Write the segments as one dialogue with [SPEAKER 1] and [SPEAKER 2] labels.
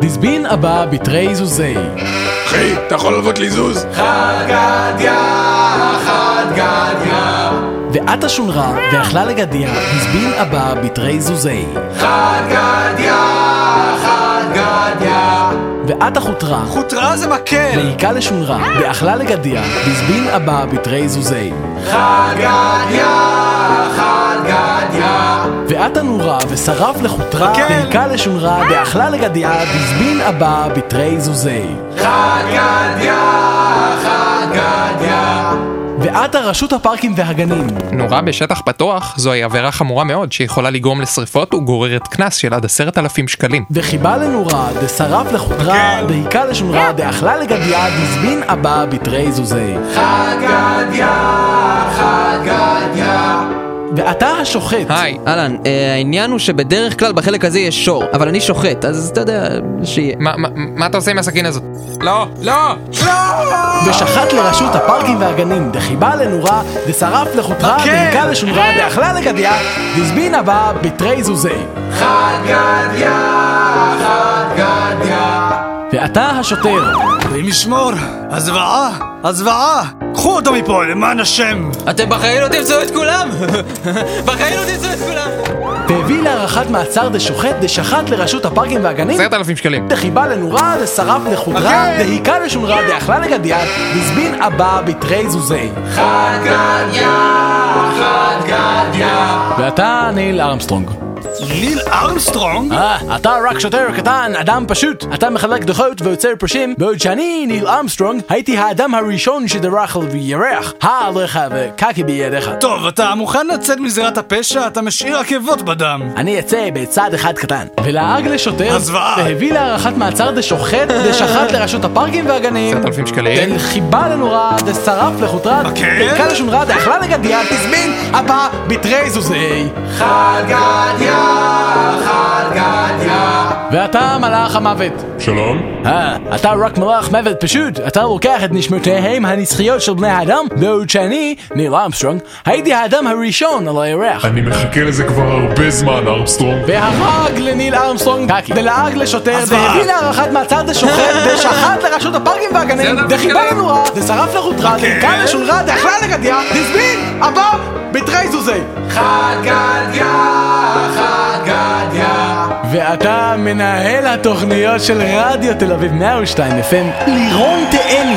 [SPEAKER 1] This been הבא בתרי זוזי.
[SPEAKER 2] אחי, אתה יכול ללוות לי זוז?
[SPEAKER 1] ואת השונרה ואכלה לגדיה, This been הבא בתרי זוזי. ואת החוטרה,
[SPEAKER 3] חוטרה זה מקל!
[SPEAKER 1] והיכה לשונרה, ואכלה לגדיה, This been הבא בתרי זוזי. ואת הנורה ושרף לחוטרה,
[SPEAKER 3] מקל.
[SPEAKER 1] והיכה לשונרה, ואכלה לגדיה, This been הבא בתרי זוזי. ואת הרשות הפארקים והגנים.
[SPEAKER 4] נורה בשטח פתוח זוהי עבירה חמורה מאוד שיכולה לגרום לשריפות וגוררת קנס של עד עשרת אלפים שקלים.
[SPEAKER 1] וחיבה לנורה, דשרף לחודרה, דהיכה לשונרה, דאכלה לגדיה, דזבין הבא בתרי זוזי. חגדיה, חגדיה. ואתה השוחט,
[SPEAKER 4] היי,
[SPEAKER 5] אהלן, אה, העניין הוא שבדרך כלל בחלק הזה יש שור, אבל אני שוחט, אז אתה יודע, שיהיה.
[SPEAKER 4] מה- מה- מה אתה עושה עם הסכין הזאת? לא, לא!
[SPEAKER 1] ושחט לרשות הפארקים והגנים, דחיבה לנורה, דשרף לחודרה, דהיכה לשונרה, דאכלה לגדיה, דזבין הבא בתרי זוזי. חגדיה, חגדיה. ואתה השוטר,
[SPEAKER 3] אלוהים ישמור! הזוועה! הזוועה! קחו אותו מפה, למען השם!
[SPEAKER 5] אתם בחיים לא תמצאו את כולם! בחיים לא תמצאו את כולם!
[SPEAKER 1] והביא להארכת מעצר דשוחט, דשחט לרשות הפארקים והגנים,
[SPEAKER 4] עשרת אלפים שקלים.
[SPEAKER 1] דחיבה לנורה, דשרף לחודרה, דהיקה לשונרה, דאכלה לגדיה, דזבין הבא בתרי זוזי. חד גדיה, חד גדיה. ואתה ניל ארמסטרונג.
[SPEAKER 3] ניל ארמסטרונג?
[SPEAKER 1] אה, אתה רק שוטר קטן, אדם פשוט. אתה מחלק דוחות ויוצר פרשים, בעוד שאני, ניל ארמסטרונג, הייתי האדם הראשון שדרך על ירח. הא עליך וקקי בידיך.
[SPEAKER 3] טוב, אתה מוכן לצאת מזירת הפשע? אתה משאיר עקבות בדם.
[SPEAKER 1] אני אצא בצעד אחד קטן. ולעג לשוטר,
[SPEAKER 3] הזוועה.
[SPEAKER 1] והביא להארכת מעצר דשוחט, דשחט לרשות הפארקים והגנים.
[SPEAKER 4] 10,000 שקלים.
[SPEAKER 1] דל חיבה לנורה, דשרף לחוטרה,
[SPEAKER 3] מקל.
[SPEAKER 1] דלקה לשונרה, דאכלה לגדיה, תזמין הבא בתרי זוזי. חגדיה, חגדיה. ואתה מלאך המוות.
[SPEAKER 2] שלום.
[SPEAKER 1] אה, אתה רק מלאך מוות פשוט, אתה לוקח את נשמותיהם הנצחיות של בני האדם, בעוד שאני, ניל אמסטרונג, הייתי האדם הראשון על הירח.
[SPEAKER 2] אני מחכה לזה כבר הרבה זמן, ארמסטרונג.
[SPEAKER 1] והרג לניל ארמסטרונג, דלעג לשוטר,
[SPEAKER 3] הזוועה.
[SPEAKER 1] והביא להארכת מעצר דשוחט, דשחט לרשות הפארקים והגנים,
[SPEAKER 4] זה אנחנו
[SPEAKER 1] דחיבה
[SPEAKER 4] מתקדמים.
[SPEAKER 1] לנורה, דשרף לחוטרה, דלקה לשונרה, דאכלה לגדיה, דזבין, הבא, בתרי זוזי. חגדיה, חגדיה. ואתה מנהל התוכניות של רדיו תל אביב 102 FM, לירון תאני.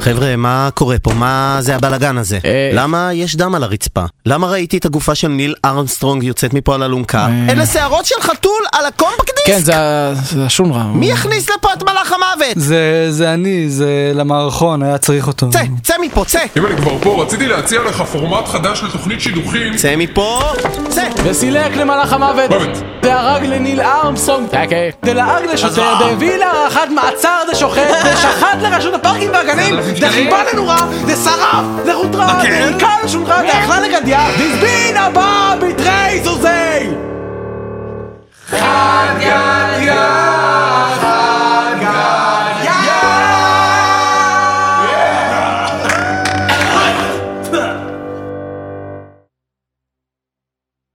[SPEAKER 6] חבר'ה, מה קורה פה? מה זה הבלגן הזה?
[SPEAKER 1] אה.
[SPEAKER 6] למה יש דם על הרצפה? למה ראיתי את הגופה של ניל ארמסטרונג יוצאת מפה על אלונקה? אלה שערות של חתול על הקומבק דיסק?
[SPEAKER 1] אה. כן,
[SPEAKER 3] כן,
[SPEAKER 1] זה השונרה.
[SPEAKER 6] מי יכניס לפה את מלאך המוות?
[SPEAKER 3] זה, זה אני, זה למערכון, היה צריך אותו.
[SPEAKER 6] צא, צא מפה, צא!
[SPEAKER 2] אם אני כבר פה, רציתי להציע לך פורמט חדש לתוכנית שידוכים.
[SPEAKER 6] צא מפה, צא!
[SPEAKER 1] וסילק למלאך המוות.
[SPEAKER 2] מוות.
[SPEAKER 1] דהרג לניל ארמסטרונג. אוקיי. דלעג לשוטר, דהביא להארכת מעצר דשוחט, דשחט לרשות הפארקים והגנים, דחיבה לנורה, דשרף, לחוטרה, דהיקה לשולחן, דאכלה לגדיה, דזבין הבא בתרי זוזי! חדיה,